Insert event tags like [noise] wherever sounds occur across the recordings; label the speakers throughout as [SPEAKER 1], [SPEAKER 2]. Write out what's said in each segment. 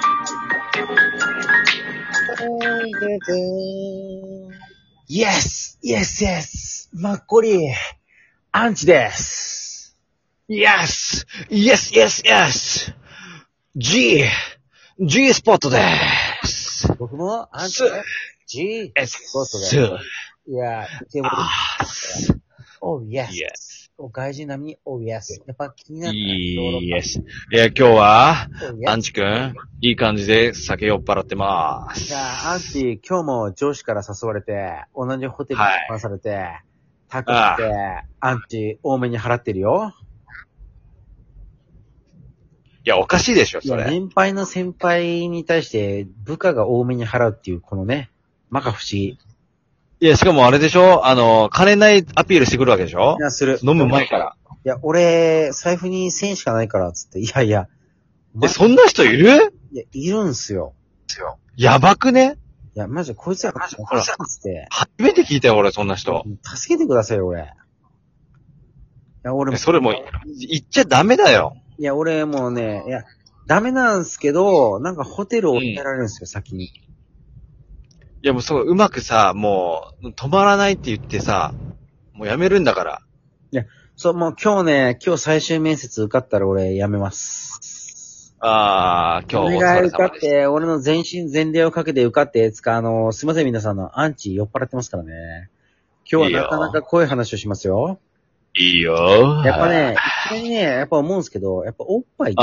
[SPEAKER 1] [laughs] Yes! Yes, yes! マッコリ、アンチです。Yes! Yes, yes, yes! G! G スポットです。
[SPEAKER 2] 僕も、アンチ
[SPEAKER 1] す、
[SPEAKER 2] G、
[SPEAKER 1] S。
[SPEAKER 2] スポットですいや、でも、
[SPEAKER 1] あー
[SPEAKER 2] oh yes。
[SPEAKER 1] Yes.
[SPEAKER 2] 外人並みに oh yes。やっぱ気になる
[SPEAKER 1] いいす。いや、今日は、
[SPEAKER 2] Oh,
[SPEAKER 1] ア
[SPEAKER 2] yes
[SPEAKER 1] ンチくん、いい感じで酒酔っ払ってま
[SPEAKER 2] じ
[SPEAKER 1] す。
[SPEAKER 2] ゃあ、アンチ、今日も上司から誘われて、同じホテルに
[SPEAKER 1] はい
[SPEAKER 2] 回されて、高くて、アンチ、多めに払ってるよ。
[SPEAKER 1] いや、おかしいでしょ、
[SPEAKER 2] い
[SPEAKER 1] そ
[SPEAKER 2] や、
[SPEAKER 1] れ。
[SPEAKER 2] 年配の先輩に対して、部下が多めに払うっていう、このね、まか不思議。い
[SPEAKER 1] いや、しかもあれでしょあの、金ないアピールしてくるわけでしょ
[SPEAKER 2] や、する。
[SPEAKER 1] 飲む前から。
[SPEAKER 2] いや、俺、財布に1000しかないから、つって。いやいや、お前
[SPEAKER 1] え、そんな人いる
[SPEAKER 2] いや、いるんすよ。
[SPEAKER 1] やばくね
[SPEAKER 2] いや、マジで、こいつら、マジで、こいつら、つって。
[SPEAKER 1] 初めて聞いたよ、俺、そんな人。
[SPEAKER 2] 助けてくださいよ、俺。いや、俺も
[SPEAKER 1] え、それもう、言っちゃダメだよ。
[SPEAKER 2] いや、俺もうね、いや、ダメなんすけど、なんかホテルを訴えられるんですよ、先に。
[SPEAKER 1] いや、もうそう、うまくさ、もう、止まらないって言ってさ、もうやめるんだから。
[SPEAKER 2] そう、もう今日ね、今日最終面接受かったら俺辞めます。
[SPEAKER 1] あー、今日
[SPEAKER 2] お
[SPEAKER 1] お
[SPEAKER 2] 願
[SPEAKER 1] 疲
[SPEAKER 2] い
[SPEAKER 1] れ
[SPEAKER 2] 受か
[SPEAKER 1] 様
[SPEAKER 2] っ
[SPEAKER 1] でした。
[SPEAKER 2] て、俺の全身全霊をかけて受かって、つか、あの、すいません皆さんあの、アンチ酔っ払ってますからね。今日はなかなか濃い話をしますよ。
[SPEAKER 1] いいよ
[SPEAKER 2] やっぱね、一回ね、やっぱ思うんですけど、やっぱおっぱいって、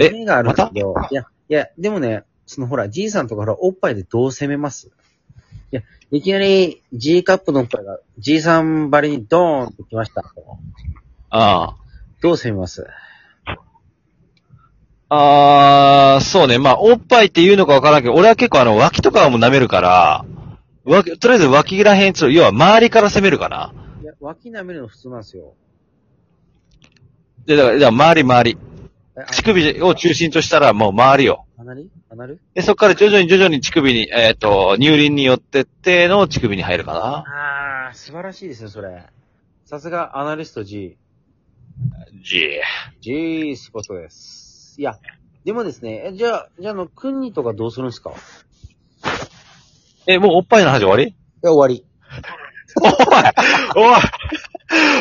[SPEAKER 1] え
[SPEAKER 2] 夢があるんですけど
[SPEAKER 1] ま、
[SPEAKER 2] いや、いや、でもね、そのほら、じいさんとかほら、おっぱいでどう攻めますいや、いきなり G カップのおっぱいが G さんばりにドーンと来ました。
[SPEAKER 1] あー。
[SPEAKER 2] どう攻めます
[SPEAKER 1] あー、そうね。まあ、おっぱいっていうのかわからんけど、俺は結構あの、脇とかも舐めるから、脇、とりあえず脇らへんつ、要は周りから攻めるかな。
[SPEAKER 2] いや、脇舐めるの普通なんですよ。
[SPEAKER 1] で、だから、だから周り周り。
[SPEAKER 2] え、あ
[SPEAKER 1] 乳首を中心としたらもう周りよ。
[SPEAKER 2] アナリアナル
[SPEAKER 1] で、そこから徐々に徐々に乳首に、えっ、と、乳輪によってっての乳首に入るかな。
[SPEAKER 2] あー、素晴らしいですね、それ。さすがアナリスト G。
[SPEAKER 1] G。
[SPEAKER 2] G スポットです。いや、でもですね、えじゃあ、じゃあ、あの、クンニとかどうするんですかい
[SPEAKER 1] え、もうおっぱいの話終わり [laughs]
[SPEAKER 2] や、終わり。
[SPEAKER 1] おいおい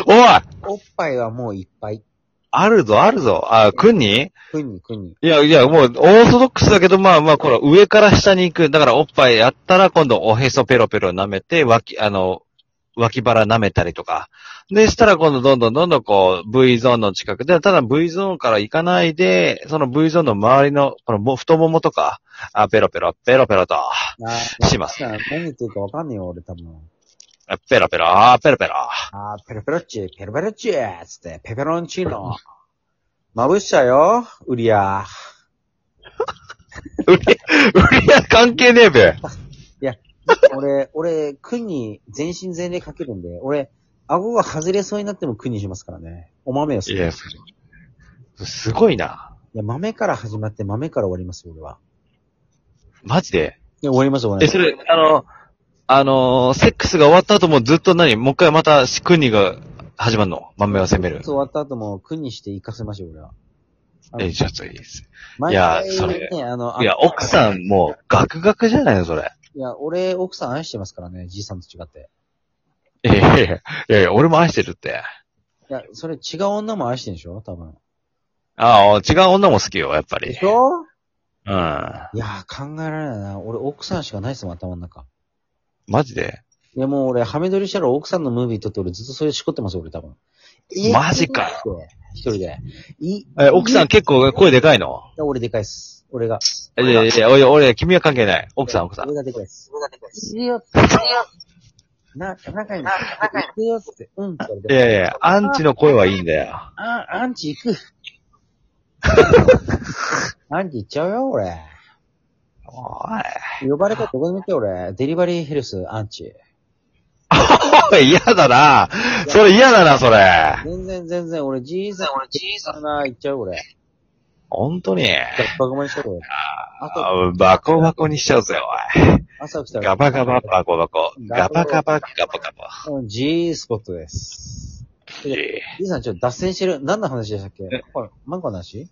[SPEAKER 1] おい
[SPEAKER 2] おっぱいはもういっぱい。
[SPEAKER 1] あるぞ、あるぞ。あ、くんに
[SPEAKER 2] くにくに。
[SPEAKER 1] いや、いや、もう、オーソドックスだけど、まあまあ、この上から下に行く。だから、おっぱいやったら、今度、おへそペロペロ舐めて、脇、あの、脇腹舐めたりとか。で、したら、今度、どんどんどんどん、こう、V ゾーンの近くで、ただ V ゾーンから行かないで、その V ゾーンの周りの、このも、太ももとか、あ、ペロペロ、ペロペロと、
[SPEAKER 2] あ
[SPEAKER 1] します
[SPEAKER 2] なんか何言ってるかわかんねえよ、俺多分。
[SPEAKER 1] あペロペロ、あ、ペロペロ。
[SPEAKER 2] あー、ペロペロッチ、ペロペロッチつって、ペペロンチーノ。まぶしちゃうよ、ウリア。
[SPEAKER 1] 売り、売りや関係ねえべ。
[SPEAKER 2] 俺、俺、くに全身全霊かけるんで、俺、顎が外れそうになってもくにしますからね。お豆をす
[SPEAKER 1] い
[SPEAKER 2] る。
[SPEAKER 1] や、それすごいな。
[SPEAKER 2] いや、豆から始まって豆から終わりますよ、俺は。
[SPEAKER 1] マジで。
[SPEAKER 2] いや、終わります、終わり
[SPEAKER 1] え、
[SPEAKER 2] ます。
[SPEAKER 1] それ、あの、あのーセックスが終わった後もずっと何もう一回また、しくにが始まるの豆を攻める。
[SPEAKER 2] 終わった後も、くにして行かせましょう、俺は。あの
[SPEAKER 1] え、ちょっといいです。
[SPEAKER 2] 毎
[SPEAKER 1] いや
[SPEAKER 2] 回
[SPEAKER 1] それ
[SPEAKER 2] ね、あの、
[SPEAKER 1] いや、奥
[SPEAKER 2] ん。
[SPEAKER 1] さんもう、ガクガクじゃないの、それ。
[SPEAKER 2] いや、俺、奥さん愛してますからね、じいさんと違って。
[SPEAKER 1] いやいやいやいやいや、俺も愛してるって。
[SPEAKER 2] いや、それ違う女も愛してんでしょ多分。
[SPEAKER 1] ああ、違う女も好きよ、やっぱり。
[SPEAKER 2] ょ
[SPEAKER 1] う
[SPEAKER 2] い
[SPEAKER 1] ん。
[SPEAKER 2] やー、考えられないな。俺、奥さんしかないっすもん、頭の中。
[SPEAKER 1] マジで
[SPEAKER 2] いや、もう俺、ハメ撮りしたら奥さんのムービー撮って俺ずっとそれしこってます、俺多分。
[SPEAKER 1] マジか
[SPEAKER 2] よ。一人で。い、
[SPEAKER 1] え、奥さん結構声でかいの
[SPEAKER 2] いや俺でかいっす。俺が。
[SPEAKER 1] いやいやいや、俺、俺、君は関係ない。奥さん、奥さん
[SPEAKER 2] 俺。がでかいっす。俺がでかいっす。いいよって。な、仲いいな。行くよっつって。うんって言われ
[SPEAKER 1] い
[SPEAKER 2] て。
[SPEAKER 1] やいや、アンチの声はいいんだよ。
[SPEAKER 2] あ、アンチ行
[SPEAKER 1] [laughs]
[SPEAKER 2] く。アンチ行っちゃうよ、俺。
[SPEAKER 1] お
[SPEAKER 2] 呼ばれたらどこでも行って、俺。デリバリーヘルス、アンチ。
[SPEAKER 1] い。おい、嫌だな。それ嫌だな、それ。
[SPEAKER 2] 全然全然、俺、じいさん、俺、じいさんな、行っちゃう、俺。
[SPEAKER 1] 本当に。
[SPEAKER 2] バカマにしちゃう、俺。朝、
[SPEAKER 1] あバコバコにしちゃうぜ、おい。
[SPEAKER 2] 朝起きたら。
[SPEAKER 1] ガバガバ、バコバコ。ガバガバ、ガバガバ。
[SPEAKER 2] うん。G スポットです。じいさんちょっと脱線してる。何の話でしたっけこれ、マンコの話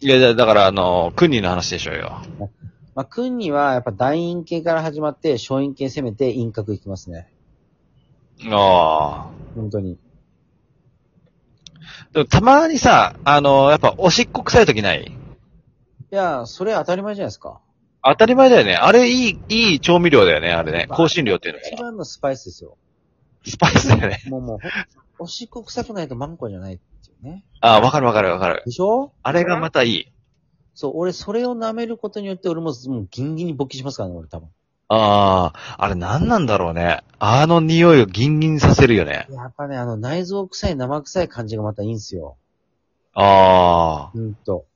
[SPEAKER 1] いや、だから、あの、クンニの話でしょうよ。
[SPEAKER 2] まあ、君にはやっぱ大陰系から始まって、小陰系攻めて陰角いきますね。
[SPEAKER 1] あ
[SPEAKER 2] 本当に。
[SPEAKER 1] あ。でも、たまにさ、あの、やっぱ、おしっこ臭い時ない
[SPEAKER 2] いや、それ当たり前じゃないですか。
[SPEAKER 1] 当たり前だよね。あれ、いい、いい調味料だよね、あれね。香辛料っていうの
[SPEAKER 2] 一
[SPEAKER 1] が。
[SPEAKER 2] 番のスパイスですよ。
[SPEAKER 1] スパイスだよね。
[SPEAKER 2] もうもう、ほおしっこ臭くないとマンコじゃないっていうね。
[SPEAKER 1] ああ、わかるわかるわかる。
[SPEAKER 2] でしょ
[SPEAKER 1] あれがまたいい。
[SPEAKER 2] そう、俺それを舐めることによって俺ももうギンギンに勃起しますからね、俺多分。
[SPEAKER 1] ああ、あれ何なんだろうね。あの匂いをギンギンさせるよね。
[SPEAKER 2] やっぱね、あの内臓臭い生臭い感じがまたいいんすよ。
[SPEAKER 1] ああ、
[SPEAKER 2] うんと。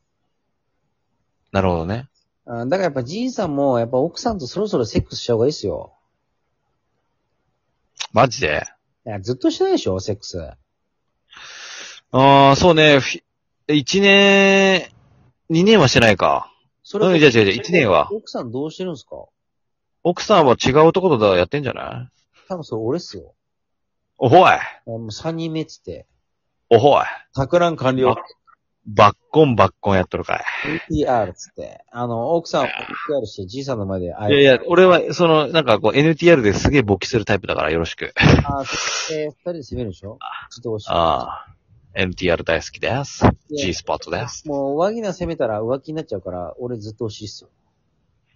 [SPEAKER 1] なるほどね。
[SPEAKER 2] あだからやっぱじいさんも、やっぱ奥さんとそろそろセックスした方がいいっすよ。
[SPEAKER 1] マジで
[SPEAKER 2] いやずっとしてないでしょ、セックス。
[SPEAKER 1] ああ、そうね。ふ一年、二年はしてないか。
[SPEAKER 2] そ
[SPEAKER 1] うん、じゃあ違う違う、一年は。
[SPEAKER 2] 奥さんどうしてるんですか
[SPEAKER 1] 奥さんは違う男とやってんじゃない
[SPEAKER 2] 多分それ俺っすよ。
[SPEAKER 1] おほい
[SPEAKER 2] あもう3人目っつって。
[SPEAKER 1] おほい
[SPEAKER 2] 托卵完了
[SPEAKER 1] あ。バッコンバッコンやっとるかい。
[SPEAKER 2] NTR っつって。あの、奥さんを NTR して、じいさんの前で
[SPEAKER 1] い
[SPEAKER 2] 会
[SPEAKER 1] や
[SPEAKER 2] え
[SPEAKER 1] いや、俺は、その、なんかこう NTR ですげえ勃起するタイプだからよろしく。
[SPEAKER 2] あー、そして、二人で攻めるでしょちょっとおしい。
[SPEAKER 1] ああ、NTR 大好きです。G スポットです。
[SPEAKER 2] もう、上着な攻めたら浮気になっちゃうから、俺ずっと欲しいっすよ。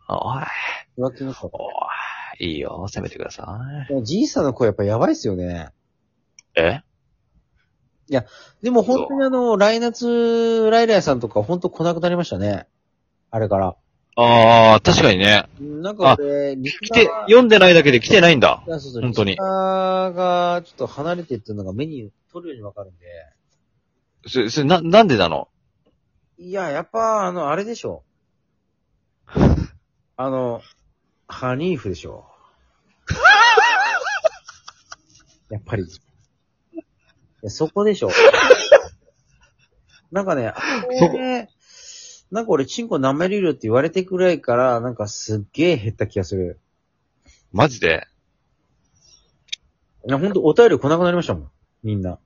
[SPEAKER 1] おい、
[SPEAKER 2] 浮気になっちゃうか
[SPEAKER 1] おい、いいよ、攻めてくださ
[SPEAKER 2] ら。でもじいさんの声やっぱやばいっすよね。
[SPEAKER 1] い。え
[SPEAKER 2] でも本当にあの、来夏、ライライさんとか本当来なくなりましたね。あれから。
[SPEAKER 1] ああ、確かにね。
[SPEAKER 2] うんなんか俺、リ
[SPEAKER 1] 来て、読んでないだけで来てないんだ。
[SPEAKER 2] そうそう
[SPEAKER 1] 本当に
[SPEAKER 2] リスナーがちょっと離れてっていうのが目に取るようにわかるんで。
[SPEAKER 1] そ、そ、な、なんでなの
[SPEAKER 2] いや、やっぱ、あの、あれでしょ。あの、ハニーフでしょ。やっぱり。いやそこでしょ。なんかね、あ
[SPEAKER 1] そ
[SPEAKER 2] れ、なんか俺、チンコ舐めれるよって言われてくらいから、なんかすっげえ減った気がする。
[SPEAKER 1] マジで
[SPEAKER 2] いや、ほんと、お便り来なくなりましたもん。みんな。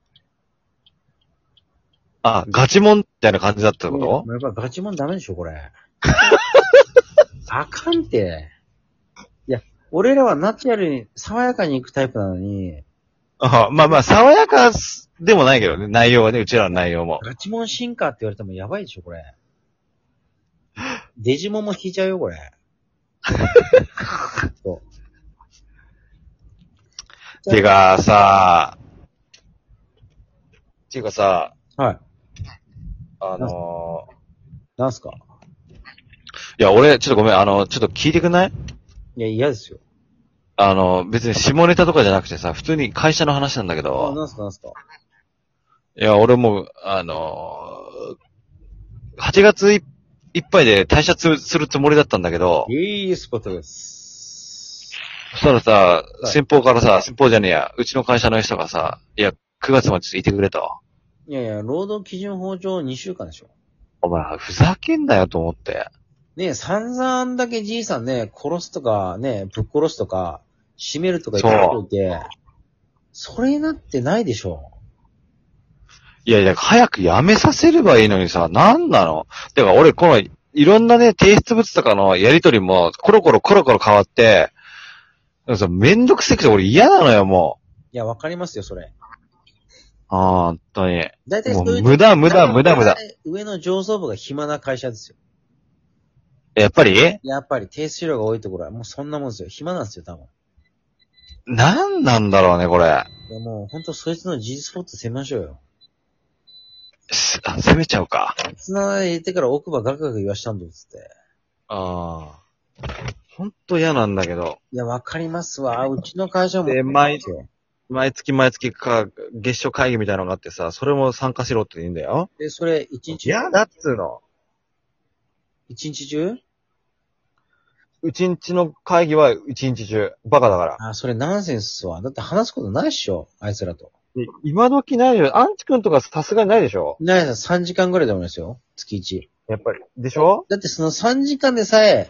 [SPEAKER 1] あ、ガチモンみたいな感じだったってこ
[SPEAKER 2] も
[SPEAKER 1] と
[SPEAKER 2] うやっぱガチモンダメでしょ、こ
[SPEAKER 1] [laughs]
[SPEAKER 2] れ。あかんて。いや、俺らはナチュラルに、爽やかに行くタイプなのに、
[SPEAKER 1] あまあまあ、爽やかすでもないけどね、内容はね、うちらの内容も。
[SPEAKER 2] ガチモン進化って言われてもやばいでしょ、これ。デジモンも引いちゃうよ、これ。そう
[SPEAKER 1] てかさ、ていうかさ、
[SPEAKER 2] はい。
[SPEAKER 1] あの
[SPEAKER 2] なんすか
[SPEAKER 1] ー、いや、俺、ちょっとごめん、あの、ちょっと聞いてくんない
[SPEAKER 2] いや、嫌ですよ。
[SPEAKER 1] あの、別に下ネタとかじゃなくてさ、普通に会社の話なんだけ
[SPEAKER 2] あ、
[SPEAKER 1] ど、
[SPEAKER 2] なんすか、なんすか。
[SPEAKER 1] いや、俺もう、あのー、8月いいっぱいで退社つするつもりだったんだけど、
[SPEAKER 2] いいスポットです。
[SPEAKER 1] そしたらさ、
[SPEAKER 2] い
[SPEAKER 1] 先方からさ、先方じゃねえや、うちの会社の人がさ、いや、9月までちょっといてくれと。
[SPEAKER 2] いやいや、労働基準法上2週間でしょ。
[SPEAKER 1] お前、ふざけんなよと思って。
[SPEAKER 2] ねえ、散々あんだけじいさんね、殺すとか、ね、ぶっ殺すとか、締めるとか言っておいて、それになってないでしょ。
[SPEAKER 1] いやいや、早くやめさせればいいのにさ、なんなのてか、俺、この、いろんなね、提出物とかのやりとりも、コロコロコロコロ変わって、なんかさめんどくせくて俺嫌なのよ、も
[SPEAKER 2] いや、わかりますよ、それ。
[SPEAKER 1] う。ああ、本当に。
[SPEAKER 2] だいたい
[SPEAKER 1] も
[SPEAKER 2] そういううの。
[SPEAKER 1] 無駄、無駄、無駄、無駄。。
[SPEAKER 2] 上の上層部が暇な会社ですよ。
[SPEAKER 1] やっぱり
[SPEAKER 2] やっぱり、低数量が多いところは、もうそんなもんですよ。暇なんですよ、多分。
[SPEAKER 1] なんなんだろうね、これ。
[SPEAKER 2] いや、もう、ほんと、そいつの G スポット攻めましょうよ。
[SPEAKER 1] すあ攻めちゃうか。
[SPEAKER 2] つな入れてから奥歯ガクガク言わしたんだよ、つって。
[SPEAKER 1] ああ。ほんと嫌なんだけど。
[SPEAKER 2] いや、わかりますわ。うちの会社も。
[SPEAKER 1] で毎
[SPEAKER 2] 度。
[SPEAKER 1] 毎月毎月か、月初会議みたいなのがあってさ、それも参加しろって言うんだよ。
[SPEAKER 2] で、それ、一日、
[SPEAKER 1] 嫌だっつうの。
[SPEAKER 2] 一日中
[SPEAKER 1] うちんちの会議は一日中。バカだから。
[SPEAKER 2] あ、それナンセンスわ。だって話すことないっしょ、あいつらと。
[SPEAKER 1] い今時ないよ。アンチ君とかさすがにないでしょ
[SPEAKER 2] ないな、3時間ぐらいで思いますよ。月1。
[SPEAKER 1] やっぱり。でしょ
[SPEAKER 2] だってその3時間でさえ、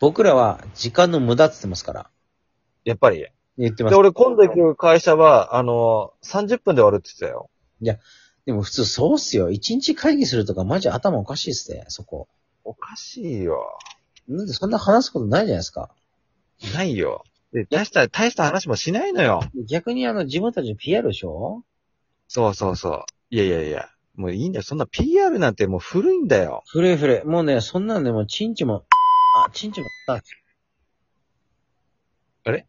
[SPEAKER 2] 僕らは時間の無駄って言ってますから。
[SPEAKER 1] やっぱり。
[SPEAKER 2] 言ってま
[SPEAKER 1] で、
[SPEAKER 2] す。
[SPEAKER 1] 俺今度行く会社は、あの、30分で終わるって言ってたよ。
[SPEAKER 2] でも普通そうっすよ。一日会議するとかマジ頭おかしいっすね、そこ。
[SPEAKER 1] おかしいよ。
[SPEAKER 2] なんでそんな話すことないじゃないですか。
[SPEAKER 1] ないよ。で、大した、大した話もしないのよ。
[SPEAKER 2] 逆にあの、自分たちの PR でしょ
[SPEAKER 1] そうそうそう。いやいやいや。もういいんだよ。そんな PR なんてもう古いんだよ。
[SPEAKER 2] 古い古い。もうね、そんなんでもうチンチも、あ、チンチも、あ、
[SPEAKER 1] あれ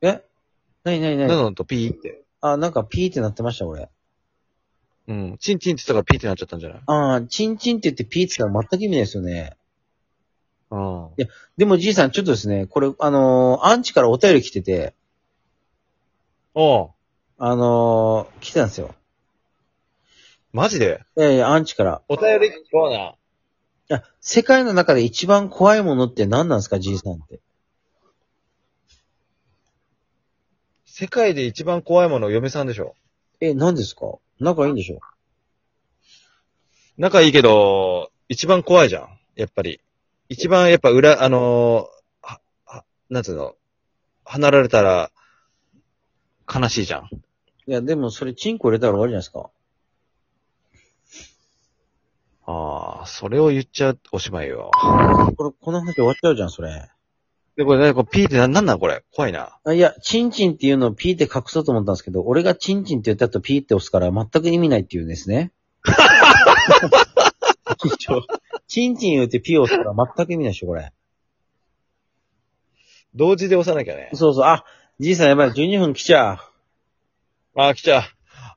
[SPEAKER 2] えなになにな
[SPEAKER 1] どん
[SPEAKER 2] に
[SPEAKER 1] どんとピーって。
[SPEAKER 2] あ、なんかピーってなってました、俺。
[SPEAKER 1] うん。チンチンって言ったからピーってなっちゃったんじゃない
[SPEAKER 2] あーチンチンって言ってピーって言ったら全く意味ないですよね。
[SPEAKER 1] うん。
[SPEAKER 2] でもじいさん、ちょっとですね、これ、あのーアンチからお便り来てて、
[SPEAKER 1] おう
[SPEAKER 2] あのー来てたんですよ。
[SPEAKER 1] マジで
[SPEAKER 2] いやいや、アンチから。
[SPEAKER 1] お便りコーナー。
[SPEAKER 2] いや、世界の中で一番怖いものって何なんですか、じいさんって。
[SPEAKER 1] 世界で一番怖いもの、嫁さんでしょ。
[SPEAKER 2] え、何ですか仲いいんでしょ
[SPEAKER 1] 仲いいけど、一番怖いじゃん。やっぱり。一番やっぱ裏、あのーは、は、なんつうの、離れたら、悲しいじゃん。
[SPEAKER 2] いや、でもそれチンコ入れたら終わりじゃないですか。
[SPEAKER 1] ああ、それを言っちゃおしまいよ。
[SPEAKER 2] これ、この話終わっちゃうじゃん、それ。
[SPEAKER 1] で、これ、ね、これピーってな、なんなんこれ怖いな。
[SPEAKER 2] あいや、チンチンっていうのをピーって隠そうと思ったんですけど、俺がチンチンって言った後ピーって押すから全く意味ないっていうんです
[SPEAKER 1] [laughs]
[SPEAKER 2] ね。一応チンチン言ってピーを押すから全く意味ないでしょ、これ。
[SPEAKER 1] 同時で押さなきゃね。
[SPEAKER 2] そうそう、あ、じいさんやばい、12分来ちゃう。
[SPEAKER 1] あー、来ちゃう。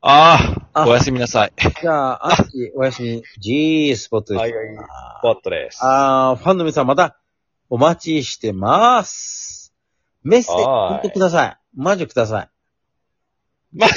[SPEAKER 1] ああ、
[SPEAKER 2] あ
[SPEAKER 1] おやすみなさい。
[SPEAKER 2] じゃあ、アンチ、おやすみ。G スポットです。
[SPEAKER 1] はいはいバットです。
[SPEAKER 2] あー、ファンの皆さんまた、お待ちしてます。メッセージ、
[SPEAKER 1] はーい
[SPEAKER 2] ほんとください。マジください。
[SPEAKER 1] マジ